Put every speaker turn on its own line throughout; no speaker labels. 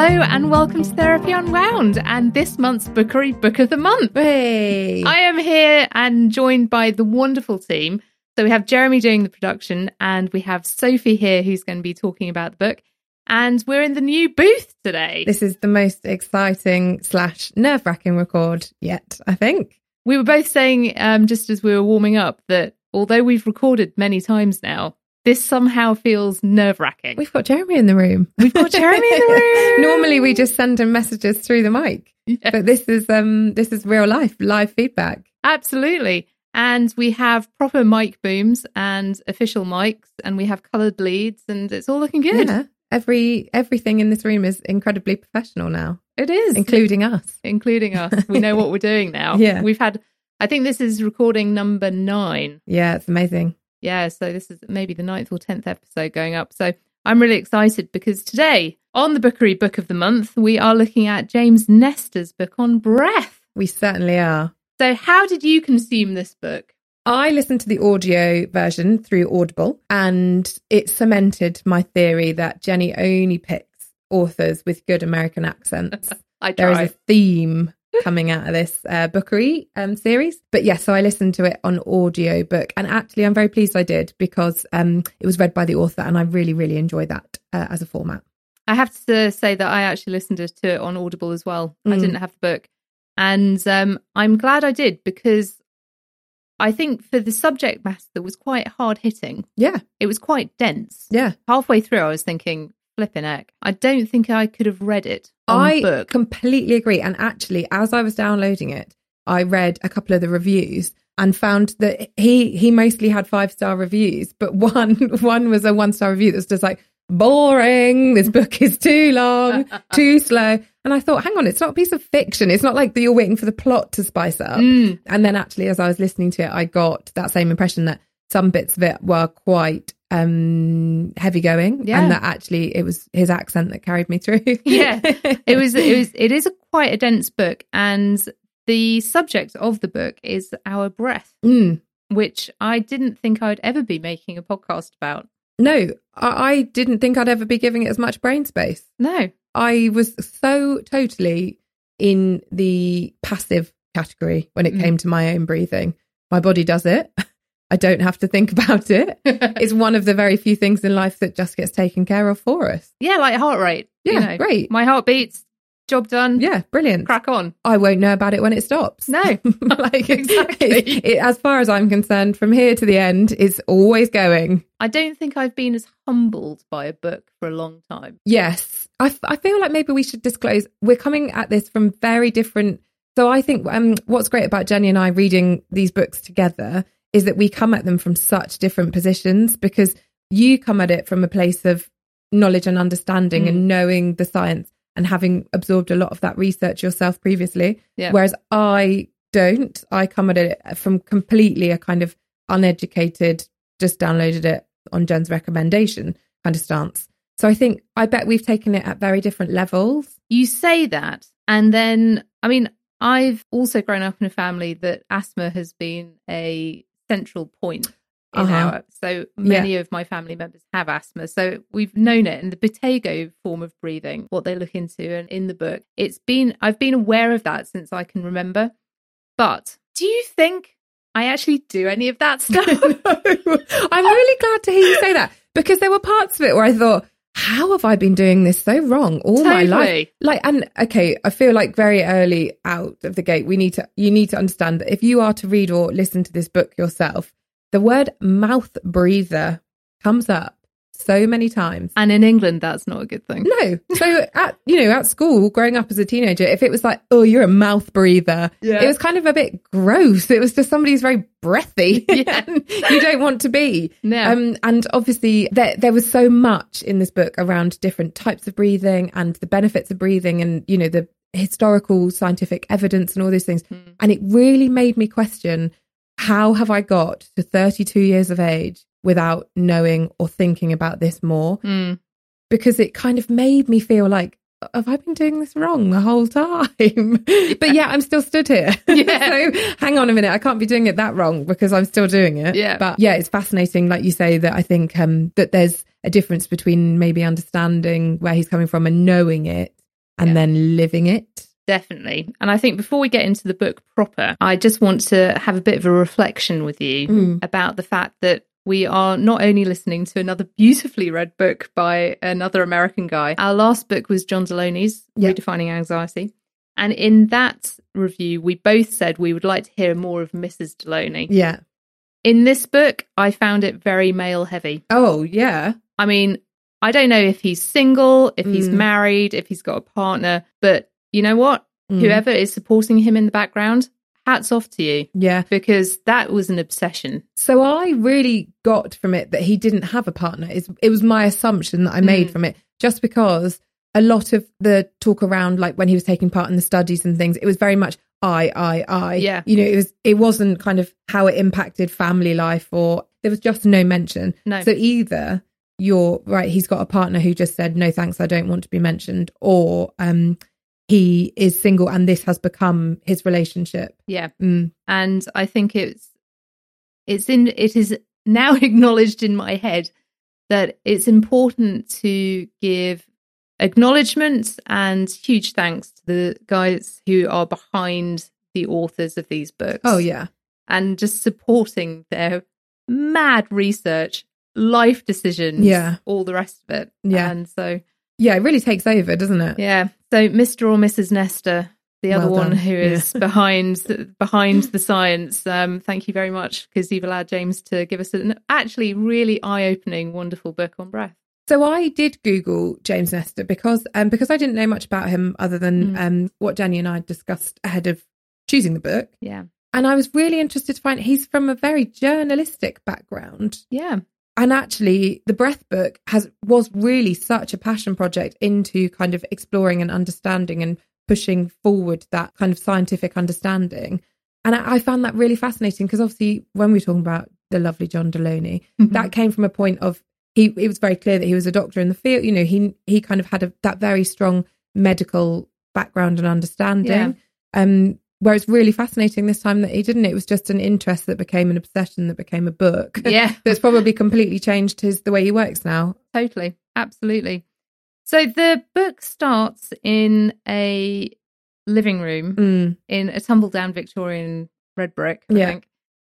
welcome to Therapy Unwound and this month's Bookery Book of the Month.
Hey.
I am here and joined by the wonderful team. So we have Jeremy doing the production, and we have Sophie here who's going to be talking about the book. And we're in the new booth today.
This is the most exciting slash nerve wracking record yet, I think.
we were both saying um, just as we were warming up that although we've recorded many times now, this somehow feels nerve wracking.
We've got Jeremy in the room.
We've got Jeremy in the room.
Normally we just send him messages through the mic.
Yeah.
But this is um this is real life, live feedback.
Absolutely. And we have proper mic booms and official mics, and we have coloured leads, and it's all looking good.
Yeah. Every everything in this room is incredibly professional now,
It is,
including us.
including us. We know what we're doing now.
Yeah.
We've had, I think this is recording number nine.
Yeah, it's amazing.
Yeah, so this is maybe the ninth or tenth episode going up. So I'm really excited because today on the Bookery Book of the Month, we are looking at James Nestor's book on breath.
We certainly are.
So, how did you consume this book?
I listened to the audio version through Audible and it cemented my theory that Jenny only picks authors with good American accents.
I
There is
tried.
a theme coming out of this uh, bookery um, series. But yes, so I listened to it on audiobook and actually I'm very pleased I did because um, it was read by the author and I really, really enjoy that uh, as a format.
I have to say that I actually listened to it on Audible as well. I
Mm.
didn't have the book. And um, I'm glad I did because I think for the subject matter was quite hard hitting.
Yeah,
It was quite dense.
yeah.
Halfway through, I was thinking, flipping heck, I don't think I could have read it on
I
book.
completely agree. And actually, as I was downloading it, I read a couple of the reviews and found that he he mostly had five star reviews, but one one was a one star review that was just like boring. This book is too long, too slow. And I thought, hang on, it's not a piece of fiction. It's not like that you're waiting for the plot to spice up.
Mm,
And then actually, as I was listening to it, I got that same impression that some bits of it were quite um heavy going
Yeah.
and that actually it was his accent that carried me through
Yeah. it was it was it is a quite a dense book and the subject of the book is our breath,
Mm.
which I didn't think I'd ever be making a podcast about.
No, I, I didn't think I'd ever be giving it as much brain space.
No.
I was so totally in the passive category when it
Mm.
came to my own breathing. My body does it. I don't have to think about it. It's one of the very few things in life that just gets taken care of for us.
Yeah, like heart rate.
Yeah,
you know.
great.
My heart beats, job done,
Yeah, brilliant.
crack on.
I won't know about it when it stops.
No.
like
Exactly.
it- it- as far as I'm concerned, from here to the end, it's always going.
I don't think I've been as humbled by a book for a long time.
Yes. I, f- I feel like maybe we should disclose. We're coming at this from very different. So I think um, what's great about Jenny and I reading these books together is that we come at them from such different positions because you come at it from a place of knowledge and understanding and knowing the science and having absorbed a lot of that research yourself previously.
Yeah.
Whereas I don't. I come at it from completely a kind of uneducated, just downloaded it on Jen's recommendation kind of stance. So I think I bet we've taken it at very different levels.
You say that, and then, I mean, I've also grown up in a family that asthma has been a central point in
Uh-huh.
our. So many of my family members have asthma. So we've known it. And the Botego form of breathing, what they look into and in the book, it's been, I've been aware of that since I can remember. But do you think I actually do any of that stuff?
I'm really glad to hear you say that because there were parts of it where I thought, how have I been doing this so wrong all my life?
Totally.
Like, and okay, I feel like very early out of the gate, we need to, you need to understand that if you are to read or listen to this book yourself, the word mouth breather comes up so many times.
And in England, that's not a good thing.
No. So at you know, at school, growing up as a teenager, if it was like, oh, you're a mouth breather,
Yeah.
it was kind of a bit gross. It was just somebody who's very breathy.
Yeah.
you don't want to be.
No.
Um, and obviously there there was so much in this book around different types of breathing and the benefits of breathing and, you know, the historical scientific evidence and all these
Hmm.
things. And it really made me question how have I got to 32 years of age without knowing or thinking about this more?
Mm.
because it kind of made me feel like have I been doing this wrong the whole time? but yeah, I'm still stood here.
Yeah.
so hang on a minute, I can't be doing it that wrong because I'm still doing it.
Yeah.
But yeah, it's fascinating, like you say, that I think um, that there's a difference between maybe understanding where he's coming from and knowing it and
Yeah.
then living it.
Definitely. And I think before we get into the book proper, I just want to have a bit of a reflection with you
Mm.
about the fact that we are not only listening to another beautifully read book by another American guy. Our last book was John Deloney's
Yeah.
Redefining Anxiety. And in that review, we both said we would like to hear more of Mrs. Deloney.
Yeah.
In this book, I found it very male heavy.
Oh, yeah.
I mean, I don't know if he's single, if he's
Mm.
married, if he's got a partner, but you know what?
Mm.
whoever is supporting him in the background, hats off to you
Yeah.
because that was an obsession.
So I really got from it that he didn't have a partner. It's, it was my assumption that I made
Mm.
from it, just because a lot of the talk around, like when he was taking part in the studies and things, it was very much I, I, I.
Yeah.
You know, it was it wasn't kind of how it impacted family life, or there was just no mention.
No.
So either you're right, he's got a partner who just said no thanks, I don't want to be mentioned, or um, he is single and this has become his relationship.
Yeah,
Mm.
and I think it's it's in it is now acknowledged in my head that it's important to give acknowledgement and huge thanks to the guys who are behind the authors of these books.
Oh yeah,
and just supporting their mad research, life decisions,
Yeah.
all the rest of it.
Yeah.
and so
yeah, it really takes over, doesn't it?
Yeah. So Mr. or Mrs. Nestor, the other
Well
one
done.
who is behind behind the science. Um, thank you very much because you've allowed James to give us an actually really eye opening, wonderful book on breath.
So I did Google James Nestor because um because I didn't know much about him other than
Mm.
um what Jenny and I discussed ahead of choosing the book.
Yeah.
And I was really interested to find he's from a very journalistic background.
Yeah.
And actually the breath book has was really such a passion project into kind of exploring and understanding and pushing forward that kind of scientific understanding. And I, I found that really fascinating because obviously when we're talking about the lovely John Deloney,
Mm-hmm.
that came from a point of he it was very clear that he was a doctor in the field you know he he kind of had a, that very strong medical background and understanding
Yeah.
um where it's really fascinating this time that he didn't it was just an interest that became an obsession that became a book
yeah.
that's probably completely changed his the way he works now
Totally. Absolutely. So the book starts in a living room
Mm,
in a tumble down Victorian red brick, I
Yeah.
think,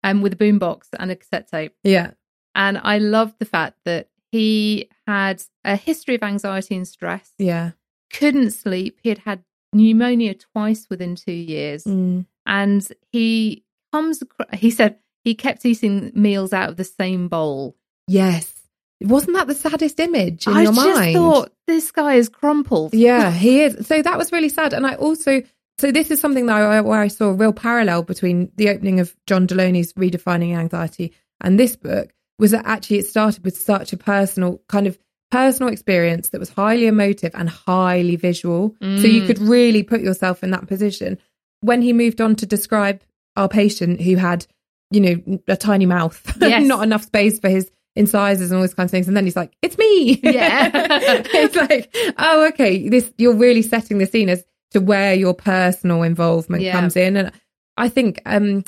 um, with a boombox and a cassette tape.
yeah
And I loved the fact that he had a history of anxiety and stress,
yeah
couldn't sleep. He had had pneumonia twice within two years.
Mm,
And he comes across, he said he kept eating meals out of the same bowl.
yes wasn't that the saddest image in
I
your
just
mind
thought this guy is crumpled.
Yeah, he is. So that was really sad. And I also, so this is something that I, where I saw a real parallel between the opening of John Deloney's Redefining Anxiety and this book was that actually it started with such a personal kind of personal experience that was highly emotive and highly visual. So you
Mm.
could really put yourself in that position. When he moved on to describe our patient who had, you know, a tiny mouth,
Yes.
not enough space for his incisors and all these kinds of things. And then he's like, it's me.
Yeah.
it's like, oh, okay, this you're really setting the scene as to where your personal involvement
Yeah.
comes in. And I think um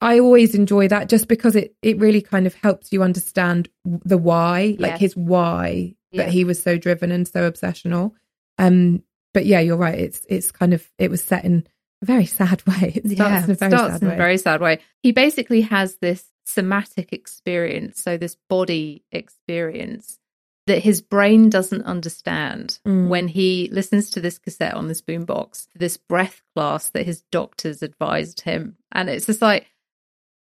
I always enjoy that just because it it really kind of helps you understand the why, like
Yes.
his why
Yeah.
that he was so driven and so obsessional. Um but yeah, you're right. It's it's kind of it was set in a very sad way. It starts in a very
starts
sad
in
way.
a very sad way. He basically has this somatic experience, so this body experience that his brain doesn't understand
Mm.
when he listens to this cassette on this boombox, this breath class that his doctors advised him, and it's just like,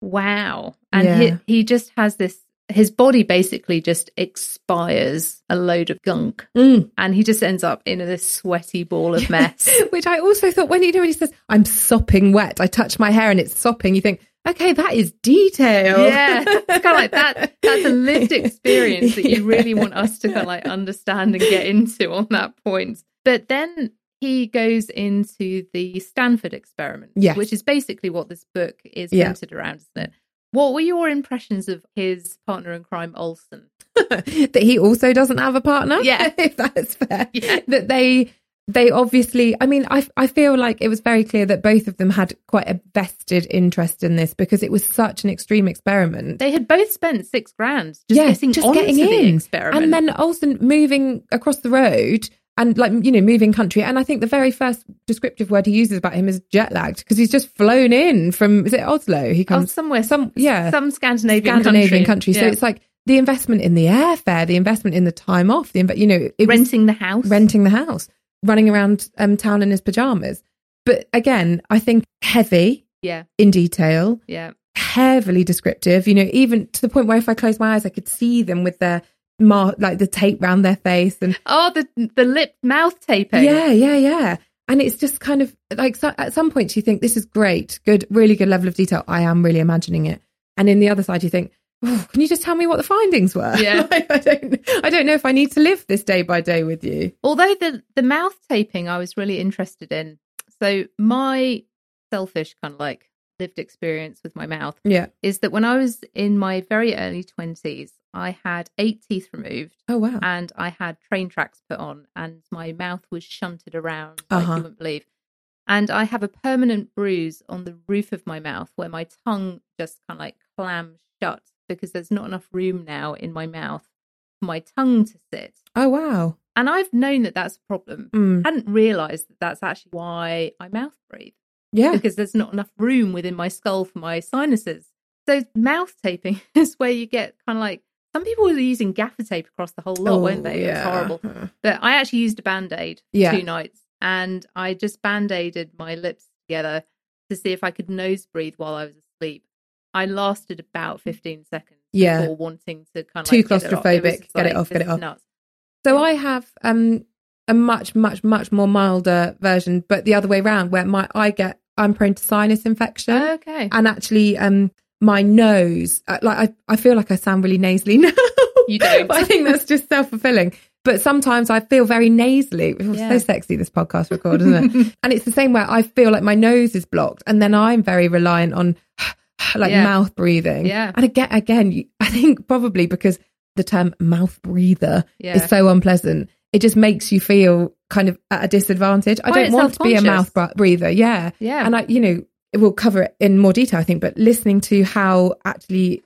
wow. And
Yeah.
he, he just has this. His body basically just expires a load of gunk,
Mm.
and he just ends up in this sweaty ball of mess.
Which I also thought when you know when he says, I'm sopping wet, I touch my hair and it's sopping, you think, okay, that is detail.
Yeah, it's kind of like that. That's a lived experience that you really want us to kind of like understand and get into on that point. But then he goes into the Stanford experiment,
Yes.
which is basically what this book is
Yeah.
centered around, isn't it? What were your impressions of his partner in crime, Olson?
that he also doesn't have a partner.
Yeah.
if that's fair.
Yeah.
That they they obviously. I mean, I I feel like it was very clear that both of them had quite a vested interest in this because it was such an extreme experiment.
They had both spent six grand just
Yeah,
getting
just
onto
getting
the
in.
experiment.
and then Olsen moving across the road and like you know moving country and i think the very first descriptive word he uses about him is jet lagged because he's just flown in from is it oslo he
Oh,
comes
somewhere,
some yeah
some Scandinavian,
scandinavian
country.
country, so
Yeah.
it's like the investment in the airfare the investment in the time off the inve- you know it was
renting the house.
renting the house running around um, town in his pajamas but again i think heavy
Yeah,
in detail
yeah,
heavily descriptive you know even to the point where if i closed my eyes i could see them with their mar- like the tape round their face and
Oh, the the lip mouth eh? taping.
yeah yeah yeah and it's just kind of like so, at some point you think this is great good really good level of detail i am really imagining it and in the other side you think "Oh, can you just tell me what the findings were
Yeah.
Like, i don't i don't know if i need to live this day by day with you
Although the the mouth taping, I was really interested in. So my selfish kind of like lived experience with my mouth
yeah
is that when I was in my very early twenties, I had eight teeth removed
oh wow
and I had train tracks put on, and my mouth was shunted around like
Uh-huh.
you wouldn't believe. And I have a permanent bruise on the roof of my mouth where my tongue just kind of like clams shut because there's not enough room now in my mouth for my tongue to sit.
oh wow
And I've known that that's a problem.
Mm.
I hadn't realised that that's actually why I mouth breathe
yeah
because there's not enough room within my skull for my sinuses. So mouth taping is where you get kind of like some people were using gaffer tape across the whole lot, weren't
Oh,
they? It was
yeah.
horrible. But I actually used a band aid
Yeah.
two nights, and I just band aided my lips together to see if I could nose breathe while I was asleep. I lasted about 15 seconds
Mm. Yeah.
before wanting to kind of
Too
like, get it off. It was
claustrophobic.
just
Get it
like,
off, get
this
it
is
off.
nuts.
So I have um a much, much, much more milder version, but the other way round, where my I get I'm prone to sinus infection,
Okay.
and actually um my nose uh, like I I feel like I sound really nasally now.
You don't.
but I think that's just self fulfilling. But sometimes I feel very nasally. It was
Yeah.
so sexy this podcast record, isn't it? and it's the same where I feel like my nose is blocked, and then I'm very reliant on like
Yeah.
mouth breathing.
Yeah.
And again, again, you, I think probably because the term mouth breather
Yeah.
is so unpleasant. It just makes you feel kind of at a disadvantage. I
Quite
don't want to be a mouth
self-conscious.
br- breather. Yeah.
Yeah.
And I, you know, we'll cover it in more detail, I think, but listening to how actually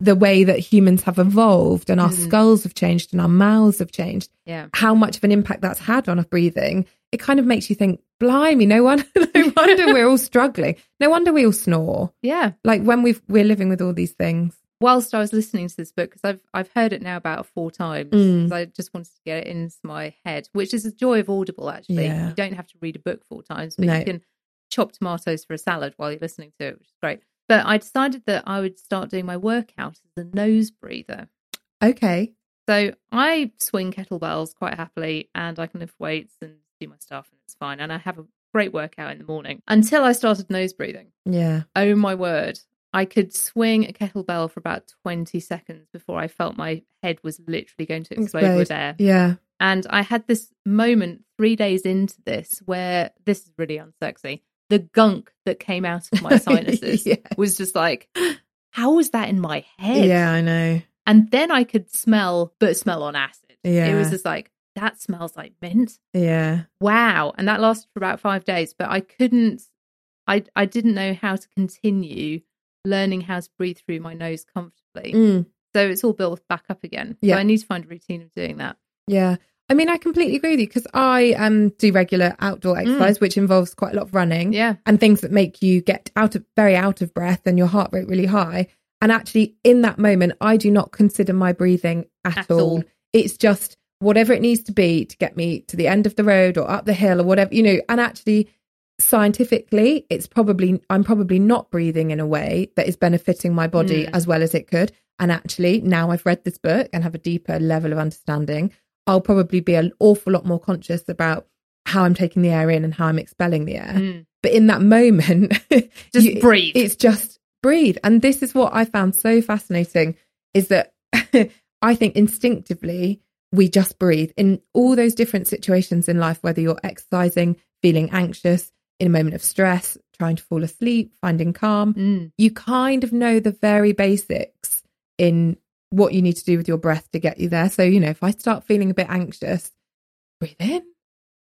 the way that humans have evolved and our
Mm.
skulls have changed and our mouths have changed,
yeah.
how much of an impact that's had on our breathing, it kind of makes you think, blimey, no wonder, no wonder we're all struggling. No wonder we all snore.
Yeah.
Like when we've, we're living with all these things.
Whilst I was listening to this book, because I've I've heard it now about four times,
Mm.
'cause I just wanted to get it into my head, which is the joy of Audible. Actually,
Yeah.
you don't have to read a book four times, but
No.
you can chop tomatoes for a salad while you're listening to it, which is great. But I decided that I would start doing my workout as a nose breather.
Okay.
So I swing kettlebells quite happily, and I can lift weights and do my stuff, and it's fine. And I have a great workout in the morning until I started nose breathing.
Yeah.
Oh my word. I could swing a kettlebell for about 20 seconds before I felt my head was literally going to explode with air.
Yeah.
And I had this moment three days into this where this is really unsexy. The gunk that came out of my sinuses
Yeah.
was just like, how was that in my head?
Yeah, I know.
And then I could smell, but smell on acid. It was
Yeah.
just like, that smells like mint
Yeah.
wow and that lasted for about five days but i couldn't i i didn't know how to continue learning how to breathe through my nose comfortably
Mm,
so it's all built back up again
Yeah.
so i need to find a routine of doing that
yeah. I mean, I completely agree with you because I um, do regular outdoor exercise, which involves quite a lot of running
yeah
and things that make you get out of very out of breath and your heart rate really high. And actually, in that moment, I do not consider my breathing at,
At
all.
all.
It's just whatever it needs to be to get me to the end of the road or up the hill or whatever, you know. And actually, scientifically, it's probably, I'm probably not breathing in a way that is benefiting my body
Mm.
as well as it could. And actually, now I've read this book and have a deeper level of understanding, I'll probably be an awful lot more conscious about how I'm taking the air in and how I'm expelling the air
Mm.
but in that moment
Just breathe.
it's just breathe and this is what i found so fascinating is that i think instinctively we just breathe in all those different situations in life whether you're exercising feeling anxious in a moment of stress trying to fall asleep finding calm
Mm.
you kind of know the very basics in what you need to do with your breath to get you there. So, you know, if I start feeling a bit anxious, breathe in,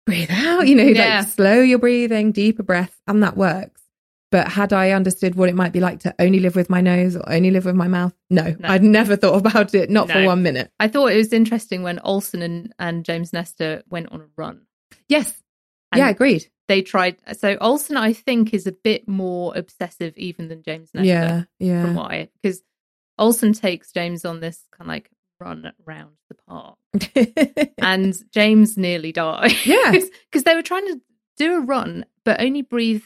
breathe out, you know,
Yeah.
like slow your breathing, deeper breaths, and that works. But had I understood what it might be like to only live with my nose or only live with my mouth, no, I'd never thought about it, not for
No.
one minute.
I thought it was interesting when Olsen and, and James Nestor went on a run.
Yes.
And
yeah, agreed.
They tried. So Olsen, I think, is a bit more obsessive even than James Nestor.
Yeah,
From
yeah.
what I, because Olsen takes James on this kind of like run round the park. and James nearly died.
Yeah.
because they were trying to do a run, but only breathe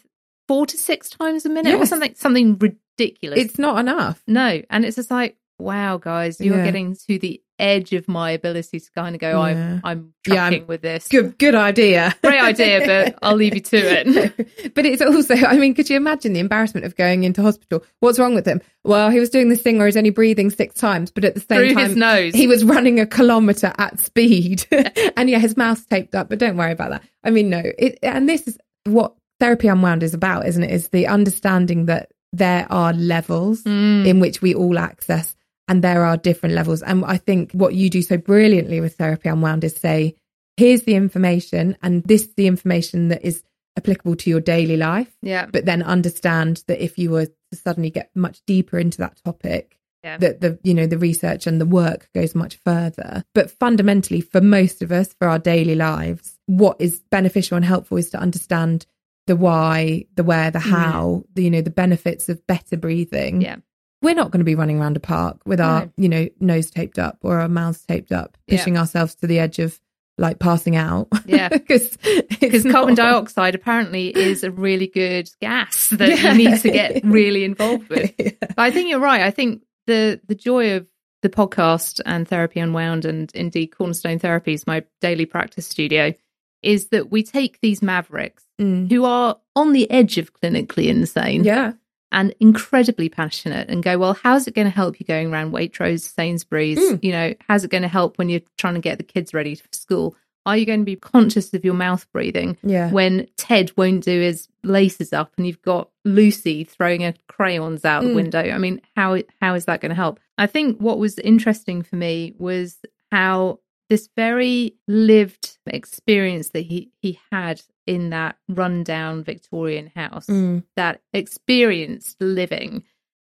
four to six times a minute or
Yes.
something, something ridiculous.
it's not enough.
no, and it's just like, wow, guys, you're
Yeah.
getting to the edge of my ability to kind of go,
Yeah.
I'm, I'm
Yeah, I'm
tracking with this.
Good, good idea.
Great idea, but I'll leave you to it.
but it's also, I mean, could you imagine the embarrassment of going into hospital? What's wrong with him? Well, he was doing this thing where he's only breathing six times, but at the same
Through
time,
his nose.
he was running a kilometer at speed, and yeah, his mouth's taped up. But don't worry about that. I mean, no, it, and this is what therapy unwound is about, isn't it? Is the understanding that there are levels
Mm.
in which we all access and there are different levels and i think what you do so brilliantly with therapy unwound is say here's the information and this is the information that is applicable to your daily life
yeah.
but then understand that if you were to suddenly get much deeper into that topic
Yeah.
that the you know the research and the work goes much further but fundamentally for most of us for our daily lives what is beneficial and helpful is to understand the why the where
Mm.
the how the, you know the benefits of better breathing
Yeah.
we're not going to be running around a park with our
No.
you know nose taped up or our mouths taped up
Yeah.
pushing ourselves to the edge of like passing out
Yeah.
because
Because carbon dioxide apparently is a really good gas that
Yeah.
you need to get really involved with. But I think you're right. I think the the joy of the podcast and therapy unwound and indeed Cornerstone Therapies, my daily practice studio, is that we take these mavericks
Mm.
who are on the edge of clinically insane
yeah
and incredibly passionate and go, well, how's it going to help you going around Waitrose, Sainsbury's?
Mm.
You know, how's it going to help when you're trying to get the kids ready for school? Are you going to be conscious of your mouth breathing?
yeah
when Ted won't do his laces up and you've got Lucy throwing her crayons out the
Mm.
window. I mean, how how is that going to help? I think what was interesting for me was how this very lived experience that he he had in that rundown Victorian house,
Mm.
that experienced living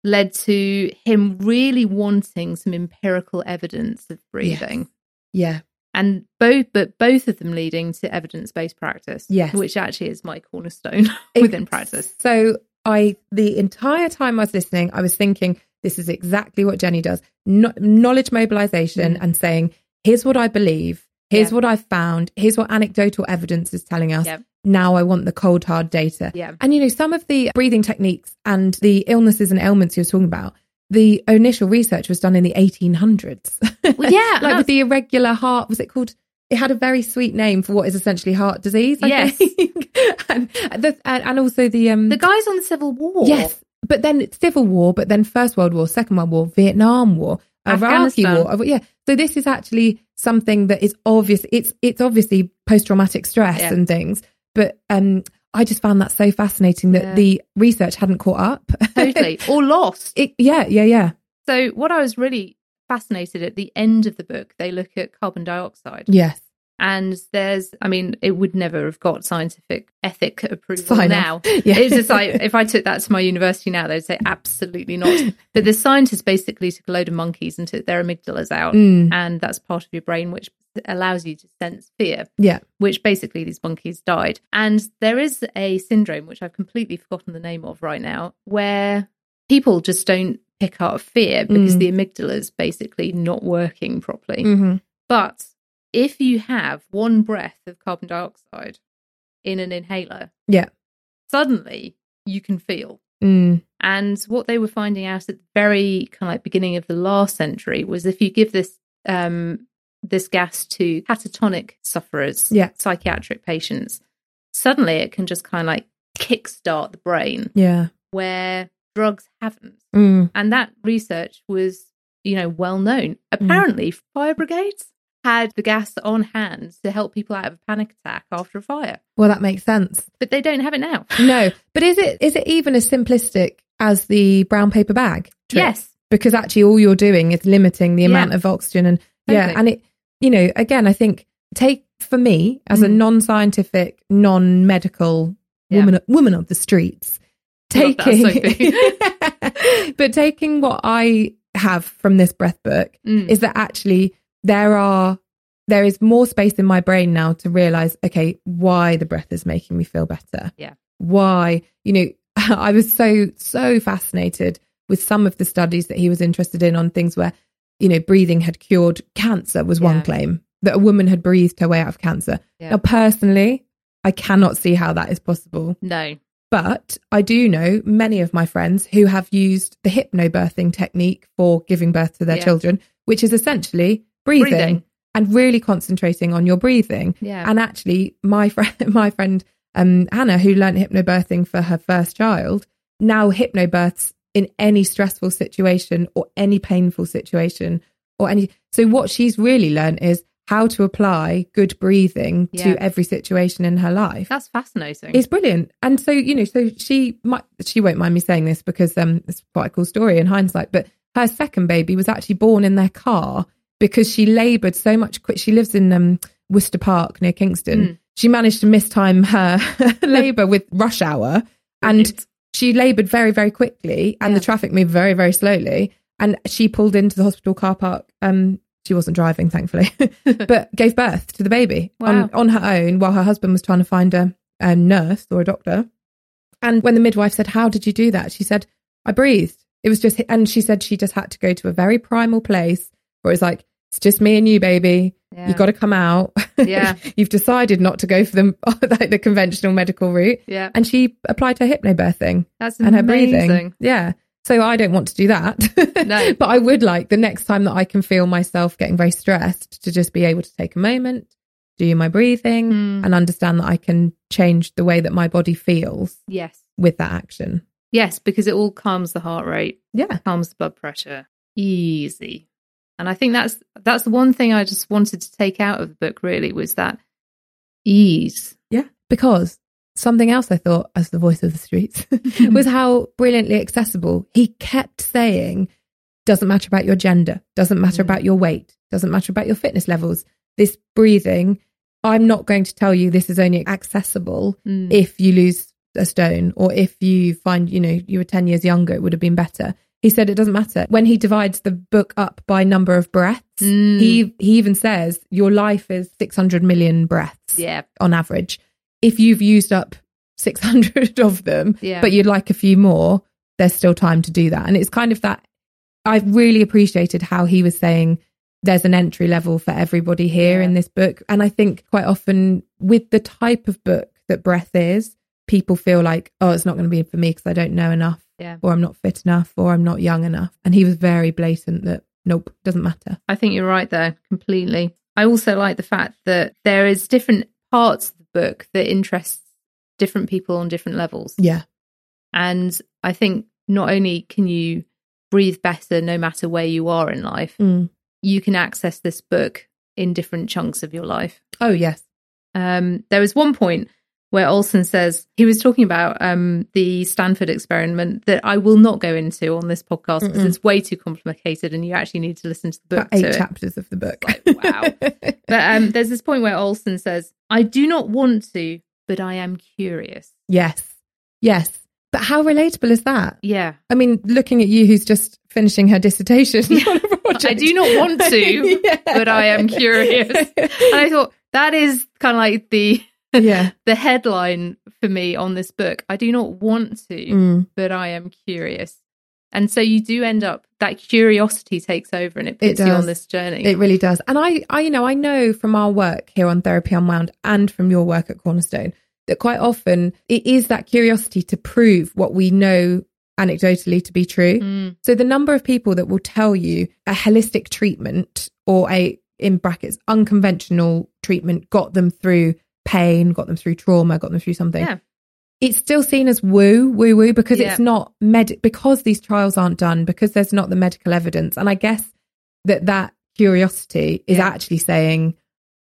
led to him really wanting some empirical evidence of breathing
yeah
and both but both of them leading to evidence-based practice
Yes.
which actually is my cornerstone within practice
So I, the entire time I was listening, I was thinking, this is exactly what Jenny does: no, knowledge mobilization and saying, here's what I believe, here's
Mm. Yeah.
what I've found, here's what anecdotal evidence is telling us.
Yep.
Now I want the cold hard data.
Yeah.
And you know, some of the breathing techniques and the illnesses and ailments you're talking about. The initial research was done in the 1800s.
Well, yeah, and
like
that's-
with the irregular heart. Was it called? It had a very sweet name for what is essentially heart disease. I
Yes.
think. and, uh, the, and and also the um
the guys on the civil war
Yes, but then it's Civil War, but then First World War, Second World War, Vietnam War, Iraqi
Afghanistan.
War. Oh, Yeah, so this is actually something that is obvious. It's it's obviously post traumatic stress
Yeah.
and things, but um, I just found that so fascinating that
Yeah.
the research hadn't caught up.
totally or lost
it, yeah, yeah, yeah,
so what i was really fascinated at the end of the book they look at carbon dioxide
yes,
and there's i mean it would never have got scientific ethic approval
Sign
now
off. Yeah.
it's just like if i took that to my university now they'd say absolutely not but the scientists basically took a load of monkeys and took their amygdalas out
Mm.
and that's part of your brain which allows you to sense fear
yeah,
which basically these monkeys died. And there is a syndrome, which I've completely forgotten the name of right now, where people just don't pick up fear because
Mm.
the amygdala is basically not working properly.
hmm
But if you have one breath of carbon dioxide in an inhaler,
Yeah.
suddenly you can feel.
mm.
And what they were finding out at the very kind of like beginning of the last century was if you give this um, this gas to catatonic sufferers,
Yeah.
psychiatric patients, suddenly it can just kind of like kickstart the brain
yeah,
where drugs haven't.
mm.
And that research was, you know, well known. Apparently, fire brigades had the gas on hand to help people out of a panic attack after a fire,
Well, that makes sense.
but they don't have it now.
No, but is it is it even as simplistic as the brown paper bag? trick?
Yes.
because actually all you're doing is limiting the
Yeah.
amount of oxygen and yeah
Totally.
and it you know again i think take for me as a
Mm.
non-scientific non-medical
Yeah.
woman woman of the streets
Taking. Love that, Sophie.
but taking what I have from this breath book
Mm.
is that actually there are there is more space in my brain now to realize okay why the breath is making me feel better
Yeah.
why you know i was so so fascinated with some of the studies that he was interested in on things where you know breathing had cured cancer was
Yeah.
one claim that a woman had breathed her way out of cancer
Yeah.
now personally i cannot see how that is possible
No.
but I do know many of my friends who have used the hypnobirthing technique for giving birth to their
Yeah.
children, which is essentially breathing,
Breathing.
and really concentrating on your breathing.
Yeah.
And actually, my friend, my friend um, Hannah, who learnt hypnobirthing for her first child, now hypnobirths in any stressful situation or any painful situation or any. So what she's really learnt is how to apply good breathing
Yeah.
to every situation in her life.
That's fascinating.
It's brilliant. And so, you know, so she might she won't mind me saying this because um it's quite a cool story in hindsight, but her second baby was actually born in their car because she laboured so much quick she lives in um Worcester Park near Kingston.
Hmm.
She managed to mistime her labour with rush hour and
Brilliant.
she laboured very, very quickly and the
Yeah.
traffic moved very, very slowly. And she pulled into the hospital car park. Um she wasn't driving, thankfully, but gave birth to the baby
Wow.
on, on her own while her husband was trying to find a, a nurse or a doctor. And when the midwife said, How did you do that? She said, I breathed. It was just, and she said she just had to go to a very primal place where it's like, It's just me and you, baby.
Yeah.
You've got to come out.
Yeah.
You've decided not to go for the, like the conventional medical route.
yeah.
And she applied her hypnobirthing
That's
and her
amazing.
breathing. Yeah. So I don't want to do that.
No.
but I would like the next time that I can feel myself getting very stressed to just be able to take a moment, do my breathing,
Mm.
and understand that I can change the way that my body feels
Yes.
with that action.
Yes, because it all calms the heart rate,
Yeah.
calms the blood pressure. Easy. And I think that's that's the one thing I just wanted to take out of the book really was that ease.
Yeah. Because something else I thought as the voice of the streets was how brilliantly accessible he kept saying doesn't matter about your gender, doesn't matter
Mm.
about your weight, doesn't matter about your fitness levels. This breathing, I'm not going to tell you this is only accessible
Mm.
if you lose a stone or if you find you know you were 10 years younger it would have been better he said it doesn't matter when he divides the book up by number of breaths
Mm.
he he even says your life is 600 million breaths
yeah.
on average if you've used up 600 of them
Yeah.
but you'd like a few more there's still time to do that and it's kind of that i really appreciated how he was saying there's an entry level for everybody here
Yeah.
in this book and i think quite often with the type of book that breath is people feel like oh it's not going to be for me because i don't know enough
Yeah.
or i'm not fit enough or i'm not young enough and he was very blatant that nope doesn't matter
I think you're right there completely. I also like the fact that there is different parts of the book that interests different people on different levels.
yeah
And I think not only can you breathe better no matter where you are in life,
Mm.
you can access this book in different chunks of your life.
oh yes
Um, there was one point where Olson says he was talking about um, the Stanford experiment that I will not go into on this podcast because
Mm-mm.
it's way too complicated and you actually need to listen to the book.
about eight
to it.
chapters of the book
Like, But um, there's this point where Olson says, I do not want to, but I am curious.
Yes. Yes. But how relatable is that?
Yeah.
I mean, looking at you who's just finishing her dissertation on a project.
I do not want to,
Yeah.
but I am curious. And I thought that is kind of like the
yeah.
the headline for me on this book. I do not want to,
Mm.
but I am curious. And so you do end up that curiosity takes over and it
It
puts you on
does.
this journey.
It really does. And I, I, you know, I know from our work here on Therapy Unwound and from your work at Cornerstone that quite often it is that curiosity to prove what we know anecdotally to be true.
Mm,
So the number of people that will tell you a holistic treatment or a in brackets unconventional treatment got them through pain, got them through trauma, got them through something.
Yeah.
It's still seen as woo, woo, woo because
Yeah.
it's not med because these trials aren't done because there's not the medical evidence. And I guess that that curiosity is
Yeah.
actually saying,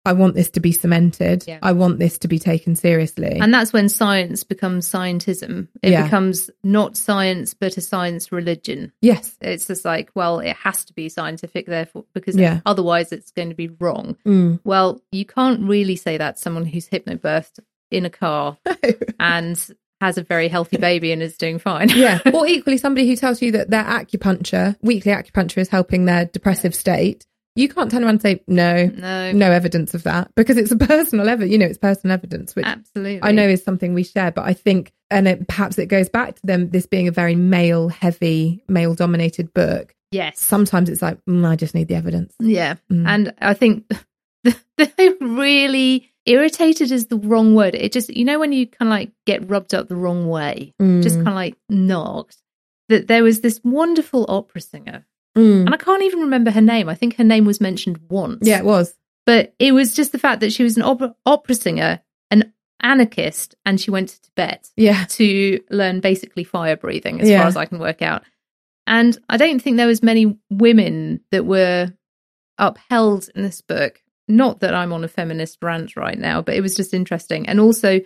I want this to be cemented.
Yeah.
I want this to be taken seriously.
And that's when science becomes scientism. It
Yeah.
becomes not science, but a science religion.
yes,
it's just like well it has to be scientific therefore because
Yeah.
otherwise it's going to be wrong
Mm.
well you can't really say that to someone who's hypnobirthed in a car and has a very healthy baby and is doing fine.
yeah. Or equally, somebody who tells you that their acupuncture, weekly acupuncture, is helping their depressive state. You can't turn around and say, no,
no,
no evidence of that because it's a personal evidence. You know, it's personal evidence, which
absolutely.
I know is something we share, but I think, and it, perhaps it goes back to them, this being a very male heavy, male dominated book.
Yes.
Sometimes it's like, mm, I just need the evidence.
Yeah.
Mm.
And I think the, the really irritated is the wrong word. It just, you know, when you kind of like get rubbed up the wrong way, just
Mm.
kind of like knocked, that there was this wonderful opera singer.
Mm.
And I can't even remember her name. I think her name was mentioned once.
Yeah, it was.
But it was just the fact that she was an opera, opera singer, an anarchist, and she went to Tibet
Yeah.
to learn basically fire breathing as
Yeah.
far as I can work out. And I don't think there was many women that were upheld in this book. Not that I'm on a feminist rant right now, but it was just interesting. And also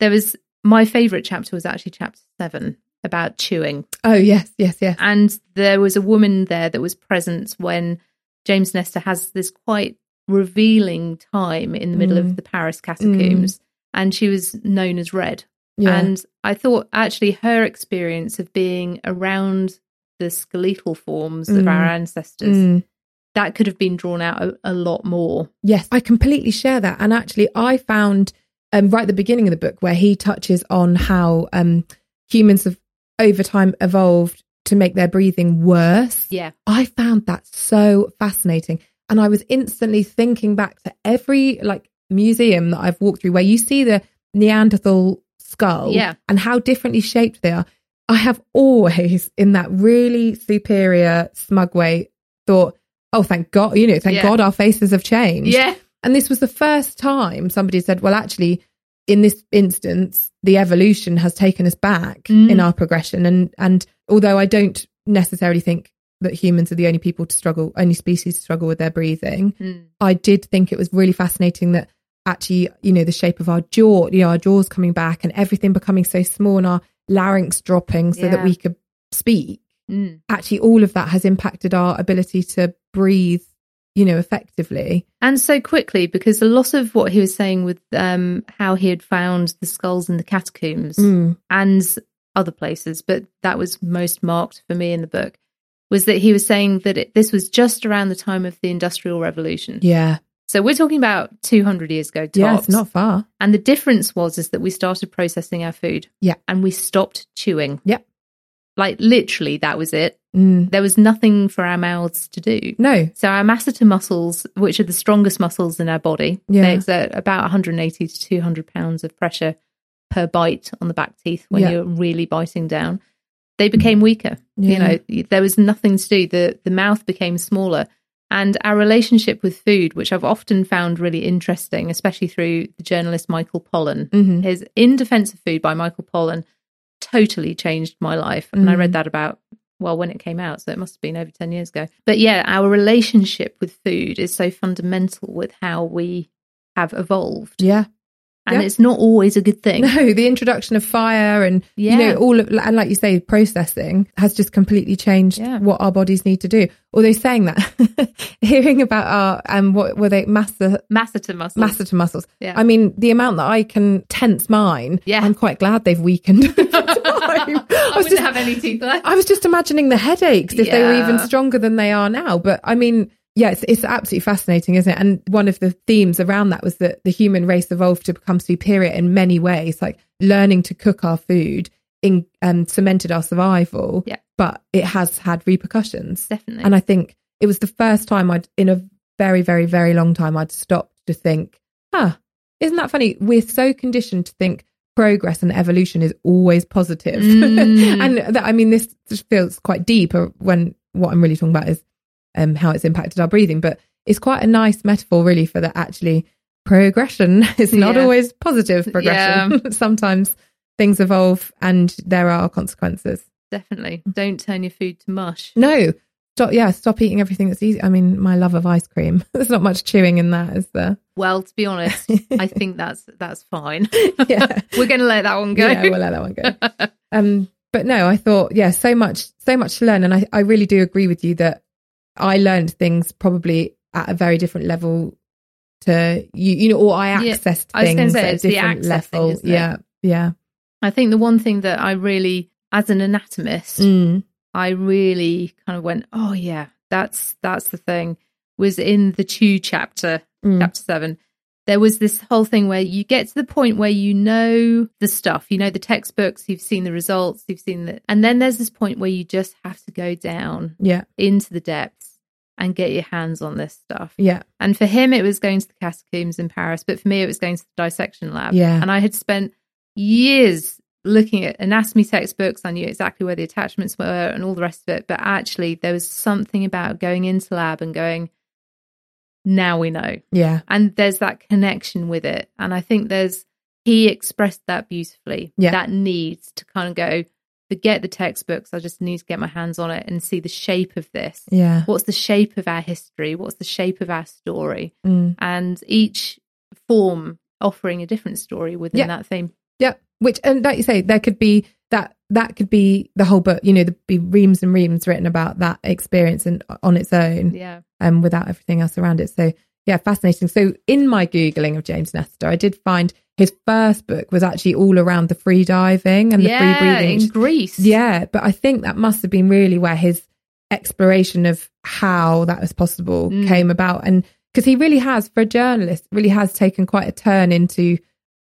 there was my favorite chapter was actually chapter 7 about chewing.
Oh, yes, yes, yes.
And there was a woman there that was present when James Nestor has this quite revealing time in the middle
Mm.
of the Paris catacombs and she was known as Red.
Yeah.
And I thought actually her experience of being around the skeletal forms of
Mm.
our ancestors,
Mm.
that could have been drawn out a, a lot more.
Yes, I completely share that. And actually, I found um, right at the beginning of the book where he touches on how um, humans have over time evolved to make their breathing worse.
Yeah.
I found that so fascinating. And I was instantly thinking back to every like museum that I've walked through where you see the Neanderthal skull
Yeah.
and how differently shaped they are. I have always, in that really superior, smug way, thought, oh, thank God, you know, thank
Yeah.
God our faces have changed.
Yeah.
And this was the first time somebody said, well, actually, in this instance, the evolution has taken us back
Mm.
in our progression. And, and although I don't necessarily think that humans are the only people to struggle, only species to struggle with their breathing,
Mm.
I did think it was really fascinating that actually, you know, the shape of our jaw, you know, our jaws coming back and everything becoming so small and our larynx dropping so
Yeah.
that we could speak.
Mm.
Actually, all of that has impacted our ability to breathe, you know, effectively.
And so quickly, because a lot of what he was saying with um, how he had found the skulls in the catacombs
Mm.
and other places, but that was most marked for me in the book, was that he was saying that it, this was just around the time of the Industrial Revolution.
Yeah.
So we're talking about 200 years ago, tops.
Yeah, it's not far.
And the difference was is that we started processing our food.
Yeah.
And we stopped chewing.
Yeah.
Like literally that was it.
Mm.
There was nothing for our mouths to do.
No.
So our masseter muscles, which are the strongest muscles in our body,
Yeah.
they exert about 180 to 200 pounds of pressure per bite on the back teeth when
Yeah.
you're really biting down. They became weaker.
Yeah.
You know, there was nothing to do. The the mouth became smaller. And our relationship with food, which I've often found really interesting, especially through the journalist Michael Pollan,
Mhm.
his In Defense of Food by Michael Pollan totally changed my life. And I
Mm.
read that about, well, when it came out. So it must have been over 10 years ago. But yeah, our relationship with food is so fundamental with how we have evolved.
Yeah.
And
Yeah.
it's not always a good thing.
No, the introduction of fire and
Yeah.
you know all of, and like you say, processing has just completely changed
Yeah.
what our bodies need to do. Although saying that, hearing about our um, what were they masseter
Masseter muscles.
masseter muscles?
Yeah.
I mean, the amount that I can tense mine,
Yeah.
I'm quite glad they've weakened. over time.
I,
I was
wouldn't
just
have any teeth left.
I was just imagining the headaches if they were even
Yeah.
stronger than they are now. But I mean, yeah, it's, it's absolutely fascinating, isn't it? And one of the themes around that was that the human race evolved to become superior in many ways, like learning to cook our food in, um, cemented our survival,
Yeah.
but it has had repercussions.
Definitely.
And I think it was the first time I'd, in a very, very, very long time, I'd stopped to think, huh, isn't that funny? We're so conditioned to think progress and evolution is always positive.
Mm.
and that, I mean, this just feels quite deep uh, when what I'm really talking about is um, how it's impacted our breathing, but it's quite a nice metaphor, really, for that actually progression is not
Yeah.
always positive progression. Sometimes things evolve and there are consequences.
Definitely.
Mm.
Don't turn your food to mush.
No. Stop, yeah, stop eating everything that's easy. I mean, my love of ice cream. There's not much chewing in that, is there?
Well, to be honest, I think that's that's fine.
Yeah.
We're going to let that one go.
Yeah, we'll let that one go. um, but no, I thought, yeah, so much, so much to learn. And I, I really do agree with you that I learned things probably at a very different level to you, you know, or I
Yeah,
accessed
I was gonna
things
say,
at a
it's the
different
access thing,
level.
isn't it?
yeah. Yeah.
I think the one thing that I really, as an anatomist,
Mm.
I really kind of went, oh yeah, that's that's the thing. Was in the two chapter,
Mm.
chapter seven. There was this whole thing where you get to the point where you know the stuff, you know the textbooks, you've seen the results, you've seen the, and then there's this point where you just have to go down
Yeah.
into the depths and get your hands on this stuff.
Yeah.
And for him, it was going to the catacombs in Paris, but for me, it was going to the dissection lab.
Yeah.
And I had spent years looking at anatomy textbooks. I knew exactly where the attachments were and all the rest of it. But actually, there was something about going into lab and going, now we know.
Yeah.
And there's that connection with it. And I think there's, he expressed that beautifully.
Yeah.
That need to kind of go, forget the textbooks. I just need to get my hands on it and see the shape of this.
Yeah.
What's the shape of our history? What's the shape of our story?
Mm.
And each form offering a different story within
Yeah.
that theme.
Yeah. Which, and like you say, there could be that, that could be the whole book, you know, there'd be reams and reams written about that experience and uh, on its own.
Yeah.
um, without everything else around it. So yeah, fascinating. So in my googling of James Nestor, I did find his first book was actually all around the free diving and the
yeah,
free breathing.
in Greece.
Yeah, but I think that must have been really where his exploration of how that was possible
Mm.
came about, and because he really has, for a journalist, really has taken quite a turn into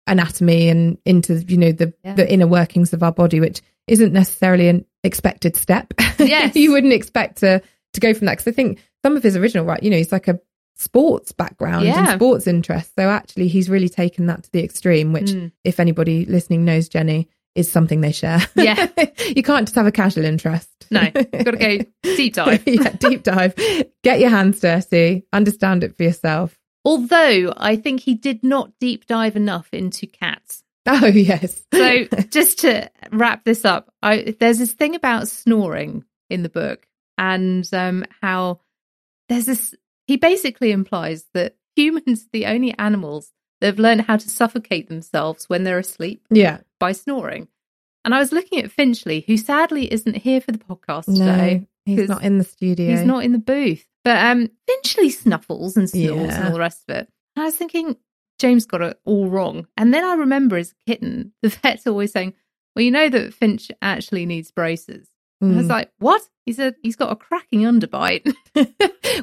anatomy and into you know the
Yeah.
the inner workings of our body, which isn't necessarily an expected step.
Yes.
you wouldn't expect to to go from that because I think some of his original right, you know, he's like a sports background and
Yeah.
sports interest. So actually, he's really taken that to the extreme, which
Mm.
if anybody listening knows Jenny, is something they share.
Yeah.
you can't just have a casual interest.
No, got to go deep dive.
yeah, deep dive. Get your hands dirty. Understand it for yourself.
Although I think he did not deep dive enough into cats.
Oh yes.
So just to wrap this up, I, there's this thing about snoring in the book and um, how there's this. He basically implies that humans are the only animals that have learned how to suffocate themselves when they're asleep
yeah.
by snoring. And I was looking at Finchley, who sadly isn't here for the podcast today.
No, he's
'cause
not in the studio.
He's not in the booth. But um, Finchley snuffles and snores
Yeah.
and all the rest of it. And I was thinking, James got it all wrong. And then I remember as a kitten, the vet's always saying, Well, you know that Finch actually needs braces. And I was
Mm.
like, What? He said, He's got a cracking underbite.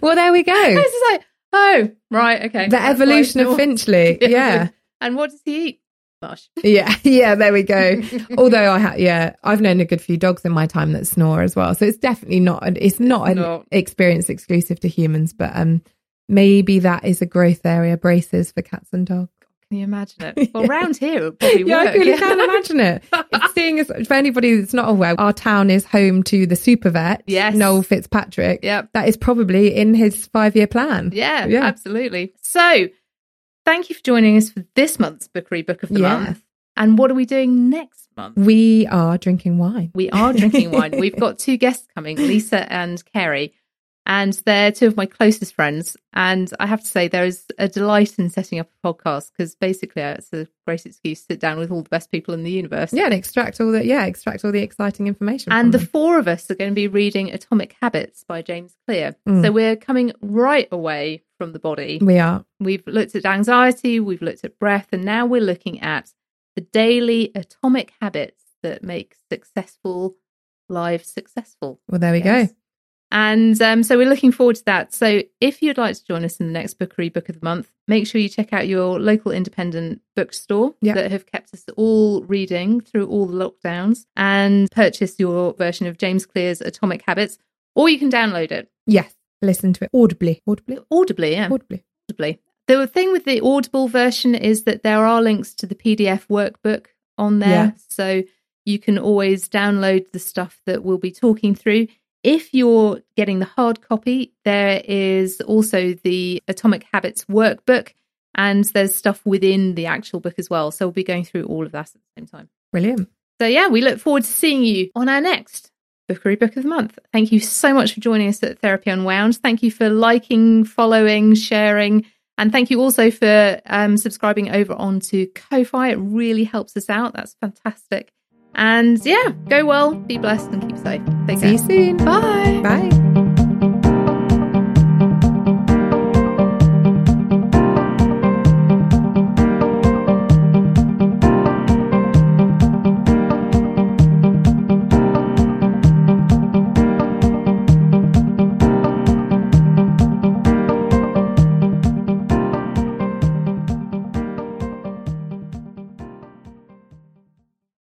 well, there we
I
go.
was just like, Oh, right. Okay.
The
That's why
evolution
I
of
snore."
Finchley. Yeah.
And what does he eat? Mush.
Yeah. Yeah. There we go. Although I ha- yeah, I've known a good few dogs in my time that snore as well. So it's definitely not an it's not an
not.
experience exclusive to humans, but um maybe that is a growth area braces for cats and dogs.
Can you imagine it? Well,
Yeah.
round here, it probably
yeah, I
work.
really can't imagine it. It's Seeing as for anybody that's not aware, our town is home to the super vet,
Yes.
Noel Fitzpatrick.
Yep.
That is probably in his five year plan.
Yeah,
Yeah.
absolutely. So, thank you for joining us for this month's Bookery Book of the
Yeah.
Month. And what are we doing next month?
We are drinking wine.
We are drinking wine. We've got two guests coming, Lisa and Kerry. And they're two of my closest friends. And I have to say, there is a delight in setting up a podcast because basically uh, it's a great excuse to sit down with all the best people in the universe.
Yeah, and extract all the yeah, extract all the exciting information.
And the
from
four of us are going to be reading Atomic Habits by James Clear.
Mm.
So we're coming right away from the body.
them. we are.
We've looked at anxiety, we've looked at breath, and now we're looking at the daily atomic habits that make successful lives successful.
Well there we
Yes.
go.
And um, so we're looking forward to that. So if you'd like to join us in the next Bookery Book of the Month, make sure you check out your local independent bookstore
Yeah.
that have kept us all reading through all the lockdowns and purchase your version of James Clear's Atomic Habits, or you can download it
Yes. Listen to it audibly. Audibly.
audibly. Yeah.
Audibly.
Audibly. The thing with the Audible version is that there are links to the PDF workbook on there.
Yeah.
So you can always download the stuff that we'll be talking through. If you're getting the hard copy, there is also the Atomic Habits workbook, and there's stuff within the actual book as well. So we'll be going through all of that at the same time.
Brilliant.
So, yeah, we look forward to seeing you on our next Bookery Book of the Month. Thank you so much for joining us at Therapy Unwound. Thank you for liking, following, sharing. And thank you also for um, subscribing over onto Ko-Fi. It really helps us out. That's fantastic. And yeah, go well, be blessed, and keep safe. Take
See
care.
you soon.
Bye.
Bye.